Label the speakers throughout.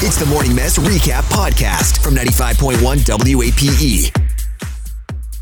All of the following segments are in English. Speaker 1: It's the Morning Mess Recap Podcast from 95.1 WAPE.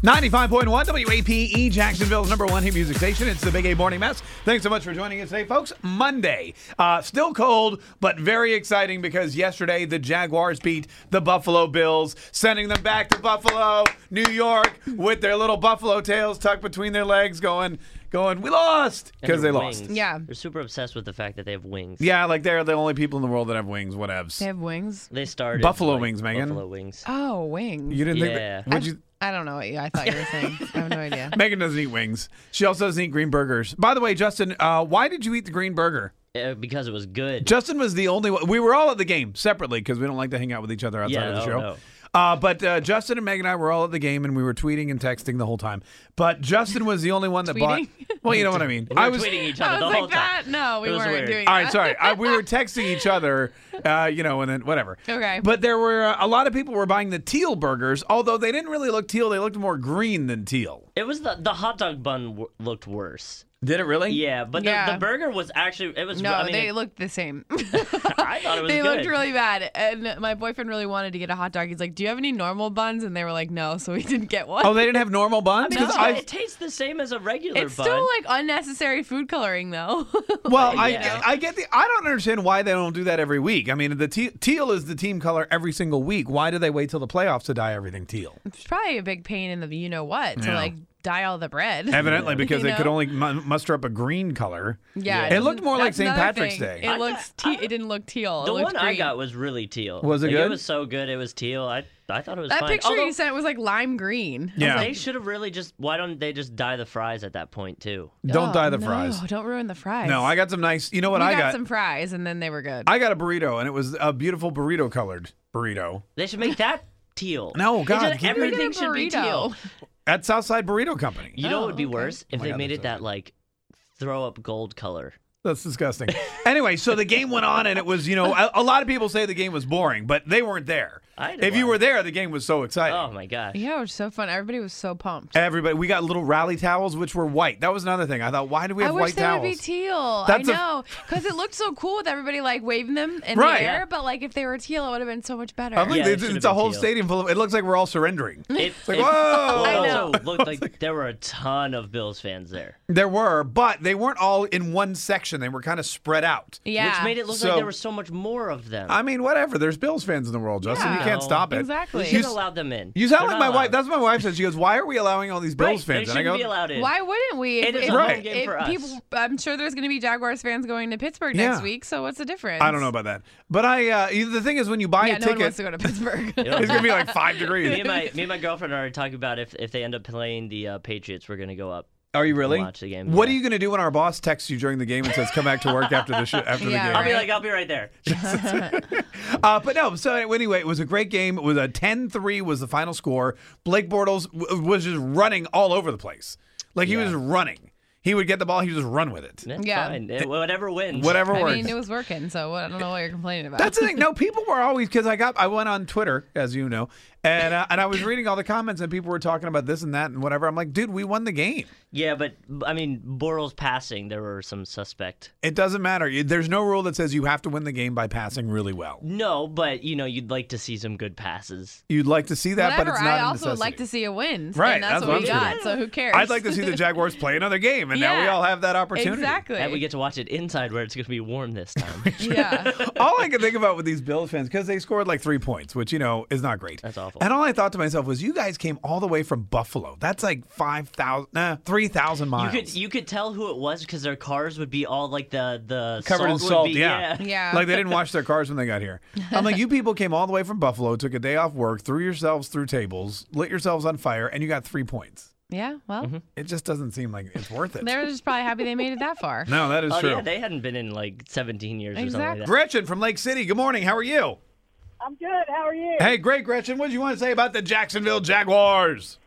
Speaker 2: 95.1 WAPE, E, Jacksonville's number one hit music station. It's the Big A Morning Mess. Thanks so much for joining us today, folks. Monday. Uh, still cold, but very exciting because yesterday the Jaguars beat the Buffalo Bills, sending them back to Buffalo, New York, with their little buffalo tails tucked between their legs, going, going, we lost
Speaker 3: And
Speaker 2: because they
Speaker 3: their
Speaker 2: lost.
Speaker 3: wings.
Speaker 4: Yeah.
Speaker 3: They're super obsessed with the fact that they have wings.
Speaker 2: Yeah, like they're the only people in the world that have wings, whatevs.
Speaker 4: They have wings.
Speaker 3: They started
Speaker 2: Buffalo
Speaker 3: like,
Speaker 2: wings, Megan.
Speaker 3: Buffalo wings.
Speaker 4: Oh, wings.
Speaker 2: you didn't
Speaker 3: Yeah.
Speaker 2: think that? Would you?
Speaker 4: I don't know what you. I thought you were saying. I have no idea.
Speaker 2: Megan doesn't eat wings. She also doesn't eat green burgers. By the way, Justin, uh, why did you eat the green burger?
Speaker 3: Uh, because it was good.
Speaker 2: Justin was the only one. We were all at the game separately because we don't like to hang out with each other outside
Speaker 3: Yeah,
Speaker 2: of the
Speaker 3: oh,
Speaker 2: show.
Speaker 3: no.
Speaker 2: Uh, but uh, Justin and Meg and I were all at the game and we were tweeting and texting the whole time. But Justin was the only one that bought.
Speaker 4: Tweeting?
Speaker 2: Well, you know what I mean.
Speaker 3: we were
Speaker 2: I was.
Speaker 3: tweeting each other
Speaker 4: I
Speaker 3: the
Speaker 4: was
Speaker 3: whole
Speaker 4: like that.
Speaker 3: time.
Speaker 4: No, we
Speaker 3: It was
Speaker 4: weren't
Speaker 3: weird.
Speaker 4: doing
Speaker 2: All
Speaker 4: that.
Speaker 2: right, sorry. I, we were texting each other, uh, you know, and then whatever.
Speaker 4: Okay.
Speaker 2: But there were uh, a lot of people were buying the teal burgers, although they didn't really look teal. They looked more green than teal.
Speaker 3: It was the the hot dog bun w- looked worse.
Speaker 2: Did it really?
Speaker 3: Yeah, but the,
Speaker 4: Yeah.
Speaker 3: the burger was actually it was.
Speaker 4: No,
Speaker 3: I mean,
Speaker 4: they
Speaker 3: it-
Speaker 4: looked the same.
Speaker 3: I thought it was
Speaker 4: they
Speaker 3: good.
Speaker 4: looked really bad. And my boyfriend really wanted to get a hot dog. He's like, "Do you have any normal buns?" And they were like, "No," so we didn't get one.
Speaker 2: Oh, they didn't have normal buns.
Speaker 3: Because
Speaker 2: 'Cause
Speaker 3: it-
Speaker 2: I-
Speaker 3: it tastes the same as a regular
Speaker 4: it's
Speaker 3: bun.
Speaker 4: still like unnecessary food coloring, though.
Speaker 2: Well, I,
Speaker 3: Yeah.
Speaker 2: I get the. I don't understand why they don't do that every week. I mean, the te- teal is the team color every single week. Why do they wait till the playoffs to dye everything teal?
Speaker 4: it's probably a big pain in the you know what to
Speaker 2: Yeah.
Speaker 4: like dye all the bread.
Speaker 2: Evidently, because
Speaker 4: You
Speaker 2: they could
Speaker 4: know?
Speaker 2: only mu- muster up a green color.
Speaker 4: yeah,
Speaker 2: It looked more like
Speaker 4: that's
Speaker 2: St.
Speaker 4: another
Speaker 2: Patrick's
Speaker 4: thing.
Speaker 2: Day.
Speaker 4: It looks. Te- it didn't look teal. It
Speaker 3: the
Speaker 4: looked
Speaker 3: one I
Speaker 4: green.
Speaker 3: got was really teal.
Speaker 2: Was it
Speaker 3: Like,
Speaker 2: good?
Speaker 3: It was so good. It was teal. I I thought it was
Speaker 4: That
Speaker 3: fine.
Speaker 4: picture
Speaker 3: Although,
Speaker 4: you sent was like lime green.
Speaker 2: Yeah.
Speaker 3: They should have really just. Why don't they just dye the fries at that point too?
Speaker 2: Don't
Speaker 4: Oh,
Speaker 2: dye the
Speaker 4: no,
Speaker 2: fries.
Speaker 4: Don't ruin the fries.
Speaker 2: No, I got some nice. You know what
Speaker 4: We
Speaker 2: I
Speaker 4: got,
Speaker 2: got?
Speaker 4: some fries and then they were good.
Speaker 2: I got a burrito, and it was a beautiful burrito colored burrito.
Speaker 3: They should make that teal.
Speaker 2: No,
Speaker 3: They
Speaker 2: God,
Speaker 3: should-
Speaker 2: give me-
Speaker 4: Look at
Speaker 3: everything
Speaker 4: a
Speaker 3: should be
Speaker 4: burrito.
Speaker 3: teal.
Speaker 2: At Southside Burrito Company.
Speaker 3: You know
Speaker 4: Oh,
Speaker 3: what would be
Speaker 4: okay.
Speaker 3: worse if
Speaker 2: my
Speaker 3: they
Speaker 2: God,
Speaker 3: made
Speaker 2: that's
Speaker 3: it that like throw up gold color.
Speaker 2: That's disgusting. anyway, so the game went on, and it was you know a, a lot of people say the game was boring, but they weren't there.
Speaker 3: I didn't
Speaker 2: If you
Speaker 3: want-
Speaker 2: were there, the game was so exciting.
Speaker 3: Oh my gosh.
Speaker 4: Yeah, it was so fun. Everybody was so pumped.
Speaker 2: Everybody, we got little rally towels, which were white. That was another thing. I thought, why do we
Speaker 4: I
Speaker 2: have
Speaker 4: wish
Speaker 2: white
Speaker 4: they
Speaker 2: towels?
Speaker 4: would be teal.
Speaker 2: That's a-
Speaker 4: I know, because it looked so cool with everybody like waving them in
Speaker 2: Right.
Speaker 4: the air. But like if they were teal, it would have been so much better.
Speaker 2: I'm like,
Speaker 3: Yeah, it
Speaker 2: it's,
Speaker 3: should've
Speaker 2: it's a
Speaker 3: been
Speaker 2: whole
Speaker 3: teal.
Speaker 2: stadium full of. It looks like we're all surrendering.
Speaker 3: It,
Speaker 2: like,
Speaker 3: it-
Speaker 2: whoa!
Speaker 3: it
Speaker 4: I
Speaker 3: also looked like there were a ton of Bills fans there,
Speaker 2: There were, but they weren't all in one section. They were kind of spread out.
Speaker 4: yeah,
Speaker 3: which made it look
Speaker 2: So-
Speaker 3: like there were so much more of them.
Speaker 2: I mean, whatever. There's Bills fans in the world, Justin. You
Speaker 3: Yeah.
Speaker 2: can't stop it.
Speaker 3: we
Speaker 4: exactly.
Speaker 3: should have allowed them in.
Speaker 2: You sound
Speaker 3: They're
Speaker 2: like
Speaker 3: not
Speaker 2: my wife.
Speaker 3: allowed.
Speaker 2: That's what my wife says. She goes, "Why are we allowing all these
Speaker 3: right.
Speaker 2: Bills fans?"
Speaker 3: They
Speaker 2: And I
Speaker 3: shouldn't
Speaker 2: go,
Speaker 3: be allowed in.
Speaker 4: Why wouldn't we?
Speaker 3: It is
Speaker 2: a home
Speaker 3: game for us.
Speaker 4: People, I'm sure there's going to be Jaguars fans going to Pittsburgh
Speaker 2: Yeah.
Speaker 4: next week. So what's the difference?
Speaker 2: "I don't know about that." But I, uh, you- the thing is, when you buy
Speaker 4: Yeah,
Speaker 2: a
Speaker 4: no one
Speaker 2: ticket,
Speaker 4: wants to go to Pittsburgh.
Speaker 3: Yeah.
Speaker 2: it's gonna be like five
Speaker 3: Me and
Speaker 2: degrees.
Speaker 3: my me and my girlfriend are already talking about if if they end up playing the uh, Patriots, we're gonna go up.
Speaker 2: Are you really?
Speaker 3: Watch the game,
Speaker 2: What
Speaker 3: yeah.
Speaker 2: are you gonna do when our boss texts you during the game and says, "Come back to work after the sh- after
Speaker 4: Yeah,
Speaker 2: the game"?
Speaker 3: I'll be
Speaker 4: Right.
Speaker 3: like, I'll be right there.
Speaker 2: Uh, but no, so anyway, it was a great game. It was a 10 3 was the final score. Blake Bortles w- was just running all over the place. Like he was running. He would get the ball, he would just run with it.
Speaker 3: That's
Speaker 4: Yeah.
Speaker 3: fine. It- whatever wins.
Speaker 2: Whatever
Speaker 4: I
Speaker 2: works.
Speaker 4: mean, it was working, so I don't know what you're complaining about.
Speaker 2: That's the thing. No, people were always because I got I went on Twitter, as you know, and uh, and I was reading all the comments and people were talking about this and that and whatever. I'm like, dude, we won the game.
Speaker 3: Yeah, but I mean, Bortles passing, there were some suspect.
Speaker 2: It doesn't matter. You- There's no rule that says you have to win the game by passing really well.
Speaker 3: No, but you know, you'd like to see some good passes.
Speaker 2: You'd like to see that,
Speaker 4: Whatever.
Speaker 2: but it's not
Speaker 4: I
Speaker 2: a
Speaker 4: also would like
Speaker 2: necessity.
Speaker 4: to see a win.
Speaker 2: Right,
Speaker 4: And that's,
Speaker 2: that's
Speaker 4: what,
Speaker 2: what
Speaker 4: we
Speaker 2: I'm
Speaker 4: got.
Speaker 2: saying.
Speaker 4: So who cares?
Speaker 2: I'd like to see the Jaguars play another game, and now we
Speaker 4: Yeah.
Speaker 2: all have that opportunity.
Speaker 4: Exactly.
Speaker 3: And we get to watch it inside where it's going to be warm this time.
Speaker 4: yeah.
Speaker 2: all I could think about with these Bills fans because they scored like three points, which you know is not great.
Speaker 3: That's awful.
Speaker 2: And all I thought to myself was, you guys came all the way from Buffalo. That's like five thousand, nah, three thousand
Speaker 3: you
Speaker 2: miles.
Speaker 3: could you could tell who it was because their cars would be all like the the
Speaker 2: Covered in
Speaker 3: would
Speaker 2: salt,
Speaker 3: be-
Speaker 2: yeah.
Speaker 4: Yeah.
Speaker 2: Like they didn't wash their cars when they got here. I'm like, you people came all the way from Buffalo, took a day off work, threw yourselves through tables, lit yourselves on fire, and you got three points.
Speaker 4: yeah. Well,
Speaker 2: It just doesn't seem like it's worth it.
Speaker 4: they were just probably happy they made it that far.
Speaker 2: no, that is
Speaker 3: Oh
Speaker 2: true.
Speaker 3: yeah, they hadn't been in like 17 years or something like that.
Speaker 2: Gretchen from Lake City. Good morning. How are you?
Speaker 5: I'm good. How are you?
Speaker 2: Hey, great, Gretchen. What do you want to say about the Jacksonville Jaguars?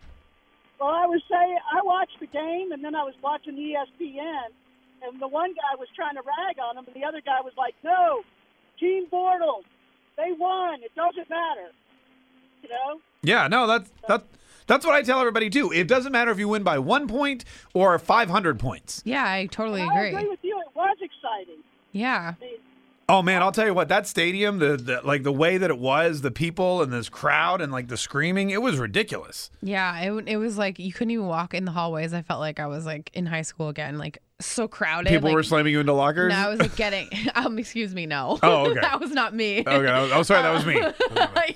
Speaker 5: Well, I was saying I watched the game, and then I was watching E ESPN, and the one guy was trying to rag on him, but the other guy was like, "No, Team Bortles, they won. It doesn't matter." You know?
Speaker 2: Yeah, no, that's that, that's what I tell everybody too. It doesn't matter if you win by one point or five hundred points.
Speaker 4: Yeah, I totally
Speaker 5: I agree
Speaker 4: agree.
Speaker 5: with you. It was exciting.
Speaker 4: Yeah.
Speaker 5: I mean,
Speaker 2: Oh man, I'll tell you what, that stadium, the, the like the way that it was, the people and this crowd and like the screaming, it was ridiculous.
Speaker 4: Yeah, it, it was like you couldn't even walk in the hallways. I felt like I was like in high school again, like so crowded.
Speaker 2: People
Speaker 4: like,
Speaker 2: were slamming you into lockers.
Speaker 4: No, I was like getting. Um, excuse me, no.
Speaker 2: Oh, okay.
Speaker 4: that was not me.
Speaker 2: okay, I was, oh, sorry, that was me.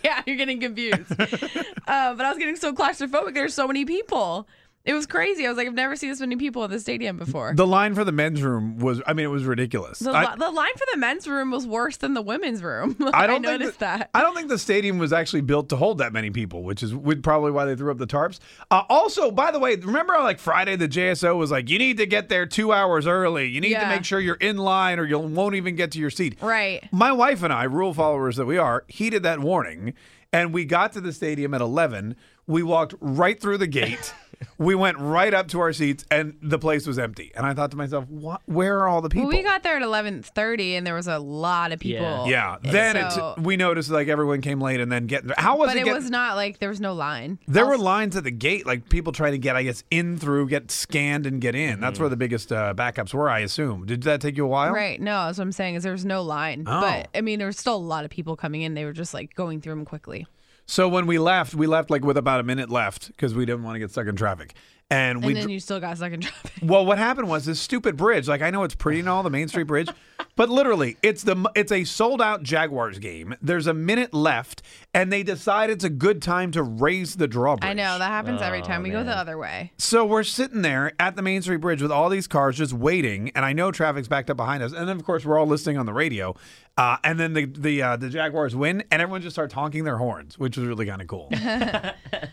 Speaker 4: yeah, you're getting confused. uh, but I was getting so claustrophobic. There's so many people. It was crazy. I was like, I've never seen this many people at the stadium before.
Speaker 2: The line for the men's room was, I mean, it was ridiculous.
Speaker 4: The,
Speaker 2: I-
Speaker 4: li- the line for the men's room was worse than the women's room.
Speaker 2: I don't think
Speaker 4: noticed that.
Speaker 2: I don't think the stadium was actually built to hold that many people, which is would probably why they threw up the tarps. Uh, also, by the way, remember how, like Friday the JSO was like, you need to get there two hours early. You need to
Speaker 4: Yeah.
Speaker 2: make sure you're in line, or you won't even get to your seat.
Speaker 4: Right.
Speaker 2: My wife and I, rule followers that we are, heeded that warning, and we got to the stadium at eleven. We walked right through the gate. we went right up to our seats, and the place was empty. And I thought to myself, what? Where are all the people?
Speaker 4: Well, we got there at 11:30, and there was a lot of people.
Speaker 3: Yeah.
Speaker 2: Yeah. Then
Speaker 4: so-
Speaker 2: it's we noticed like everyone came late and then getting how was
Speaker 4: But
Speaker 2: it?
Speaker 4: it
Speaker 2: get-
Speaker 4: was not like there was no line.
Speaker 2: there were lines at the gate, like people trying to get, I guess, in through, get scanned and get in. That's where the biggest uh, backups were, I assume. Did that take you a while?
Speaker 4: Right. No, that's what I'm saying is there was no line.
Speaker 2: Oh.
Speaker 4: But I mean, there was still a lot of people coming in. They were just like going through them quickly.
Speaker 2: So when we left, we left like with about a minute left because we didn't want to get stuck in traffic. And,
Speaker 4: And
Speaker 2: we
Speaker 4: then you still got stuck in traffic.
Speaker 2: Well, what happened was this stupid bridge. Like I know it's pretty and all, the Main Street Bridge, but literally, it's the it's a sold out Jaguars game. There's a minute left, and they decide it's a good time to raise the drawbridge.
Speaker 4: I know that happens every time we go the other way.
Speaker 2: So we're sitting there at the Main Street Bridge with all these cars just waiting, and I know traffic's backed up behind us. And then, of course, we're all listening on the radio. Uh, and then the the uh, the Jaguars win, and everyone just starts honking their horns, which was really kind of cool.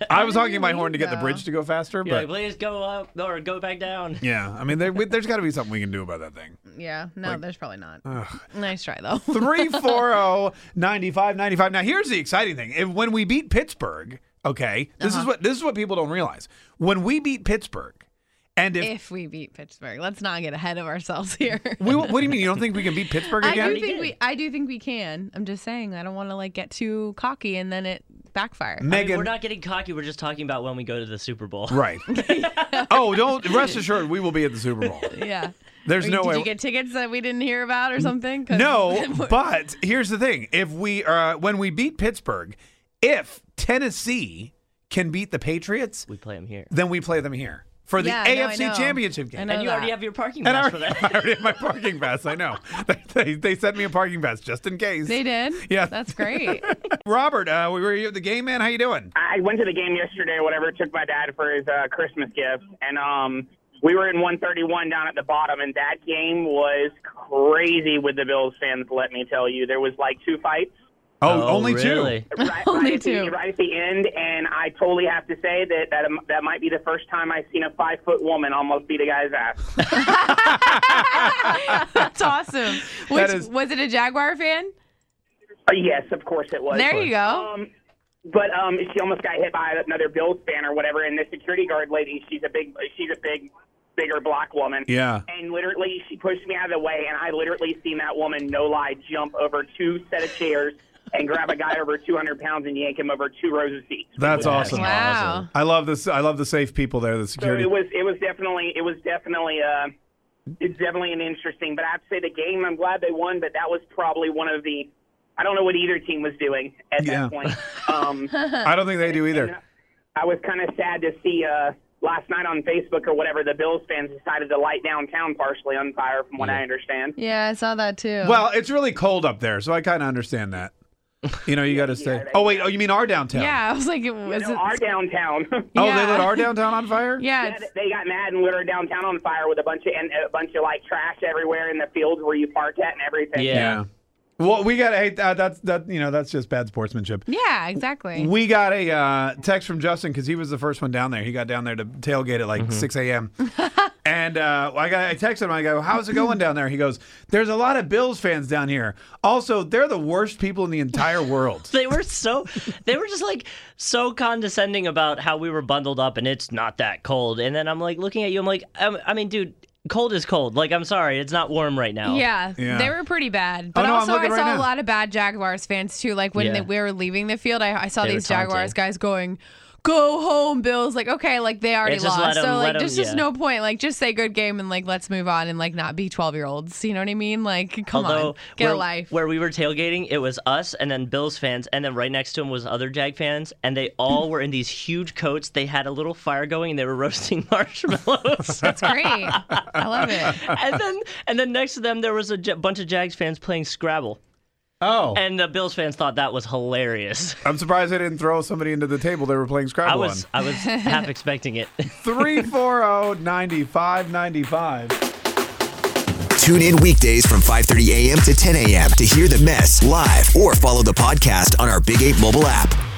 Speaker 2: I was honking my horn to get the
Speaker 4: though?
Speaker 2: bridge to go faster,
Speaker 3: You're like,
Speaker 2: but
Speaker 3: please go up or go back down.
Speaker 2: yeah, I mean, there, we, there's got to be something we can do about that thing.
Speaker 4: Yeah. No, there's probably not. Nice try though.
Speaker 2: 340 9595. Now here's the exciting thing. If, when we beat Pittsburgh, okay, this
Speaker 4: Uh-huh.
Speaker 2: is what this is what people don't realize. When we beat Pittsburgh, and if,
Speaker 4: if we beat Pittsburgh, let's not get ahead of ourselves here.
Speaker 2: we, what do you mean you don't think we can beat Pittsburgh
Speaker 4: I
Speaker 2: again?
Speaker 4: do think we. I do think we can. I'm just saying. I don't want to like get too cocky and then it backfire.
Speaker 3: I mean,
Speaker 2: Megan
Speaker 3: we're not getting cocky. We're just talking about when we go to the Super Bowl.
Speaker 2: Right. oh, don't rest assured we will be at the Super Bowl.
Speaker 4: Yeah.
Speaker 2: There's
Speaker 4: Or
Speaker 2: no
Speaker 4: did
Speaker 2: way
Speaker 4: you get tickets that we didn't hear about or something? 'Cause-
Speaker 2: No, but here's the thing. If we uh when we beat Pittsburgh, if Tennessee can beat the Patriots,
Speaker 3: We play them here.
Speaker 2: then we play them here for the
Speaker 4: Yeah, no, I
Speaker 2: AFC
Speaker 4: know.
Speaker 2: Championship game.
Speaker 4: I know
Speaker 3: And you already
Speaker 4: that.
Speaker 3: have your parking
Speaker 2: And I
Speaker 3: pass for
Speaker 2: already, I
Speaker 3: that.
Speaker 2: already have my parking pass. I know. They, they, they sent me a parking pass just in case.
Speaker 4: They did.
Speaker 2: Yeah.
Speaker 4: That's great.
Speaker 2: Robert, uh, we were you at the game, man. How you doing?
Speaker 6: I went to the game yesterday or whatever, took my dad for his uh, Christmas gift, and um, we were in 131 down at the bottom, and that game was crazy with the Bills fans, let me tell you. There was like two fights.
Speaker 2: Oh, only
Speaker 3: really?
Speaker 2: two.
Speaker 6: Right,
Speaker 4: Only
Speaker 6: right at
Speaker 4: two.
Speaker 6: The, right at the end, and I totally have to say that that, um, that might be the first time I've seen a five foot woman almost beat a guy's ass.
Speaker 4: That's awesome. Which
Speaker 2: is-
Speaker 4: was it a Jaguar fan?
Speaker 6: Uh, yes, of course it was.
Speaker 4: There you go.
Speaker 6: Um, but um, she almost got hit by another Bills fan or whatever. And the security guard lady, she's a big, she's a big, bigger black woman.
Speaker 2: Yeah.
Speaker 6: And literally, she pushed me out of the way, and I literally seen that woman, no lie, jump over two set of chairs and grab a guy over 200 pounds and yank him over two rows of seats.
Speaker 2: That's
Speaker 3: That's
Speaker 2: awesome.
Speaker 4: Wow.
Speaker 2: I love this. I love the safe people there. The
Speaker 6: So
Speaker 2: security.
Speaker 6: it was, it was definitely, it was definitely, uh, it's definitely an interesting. But I have to say, the game, I'm glad they won, but that was probably one of the, I don't know what either team was doing at
Speaker 2: Yeah.
Speaker 6: that point. Um,
Speaker 2: I don't think they do either.
Speaker 6: I was kind of sad to see uh, last night on Facebook or whatever the Bills fans decided to light downtown partially on fire, from what I understand.
Speaker 4: Yeah, I saw that too.
Speaker 2: Well, it's really cold up there, so I kind of understand that. You know, you got to stay. Oh wait. Oh, you mean our downtown?
Speaker 4: yeah, I was like, it was
Speaker 6: No,
Speaker 4: it?
Speaker 6: our downtown.
Speaker 2: Oh,
Speaker 4: yeah.
Speaker 2: they lit our downtown on fire.
Speaker 4: yeah,
Speaker 6: Yeah,
Speaker 4: it's-
Speaker 6: they got mad and lit our downtown on fire with a bunch of and a bunch of like trash everywhere in the fields where you parked at and everything.
Speaker 3: Yeah.
Speaker 2: Yeah. Well, we got. Hey, uh, that's that. You know, that's just bad sportsmanship.
Speaker 4: yeah, exactly.
Speaker 2: We got a uh, text from Justin because he was the first one down there. He got down there to tailgate at like
Speaker 3: Mm-hmm.
Speaker 2: 6 a.m. and uh, I got I texted him. I go, "How's it going down there?" He goes, "There's a lot of Bills fans down here. Also, they're the worst people in the entire world."
Speaker 3: They were so, they were just like so condescending about how we were bundled up and it's not that cold. And then I'm like looking at you, I'm like, I'm, I mean, dude, cold is cold. Like, I'm sorry, it's not warm right now.
Speaker 4: yeah,
Speaker 2: Yeah. Oh,
Speaker 4: they were pretty bad. But
Speaker 2: no, I'm
Speaker 4: also, I
Speaker 2: looking
Speaker 4: saw
Speaker 2: right
Speaker 4: a
Speaker 2: now.
Speaker 4: lot of bad Jaguars fans too. Like when
Speaker 3: Yeah.
Speaker 4: they- we were leaving the field, I, I saw
Speaker 3: They were
Speaker 4: these
Speaker 3: taunting.
Speaker 4: Jaguars guys going, go home, Bills. Like, okay, like they already
Speaker 3: Yeah, just let
Speaker 4: lost.
Speaker 3: 'em-
Speaker 4: so like
Speaker 3: let 'em-
Speaker 4: there's just
Speaker 3: yeah.
Speaker 4: no point. Like just say good game and like let's move on and like not be twelve year olds. You know what I mean? Like come
Speaker 3: Although
Speaker 4: on. Get
Speaker 3: where,
Speaker 4: a life.
Speaker 3: where we were tailgating, it was us and then Bills fans, and then right next to him was other Jag fans, and they all were in these huge coats. They had a little fire going, and they were roasting marshmallows.
Speaker 4: That's great. I love it.
Speaker 3: and then and then next to them there was a j- bunch of Jags fans playing Scrabble,
Speaker 2: Oh,
Speaker 3: and the Bills fans thought that was hilarious.
Speaker 2: I'm surprised they didn't throw somebody into the table they were playing
Speaker 3: I
Speaker 2: Scrabble
Speaker 3: was I was half expecting it.
Speaker 2: on. 340 9595.
Speaker 1: Tune in weekdays from 5:30 a.m. to 10 a.m. to hear the mess live or follow the podcast on our Big 8 mobile app.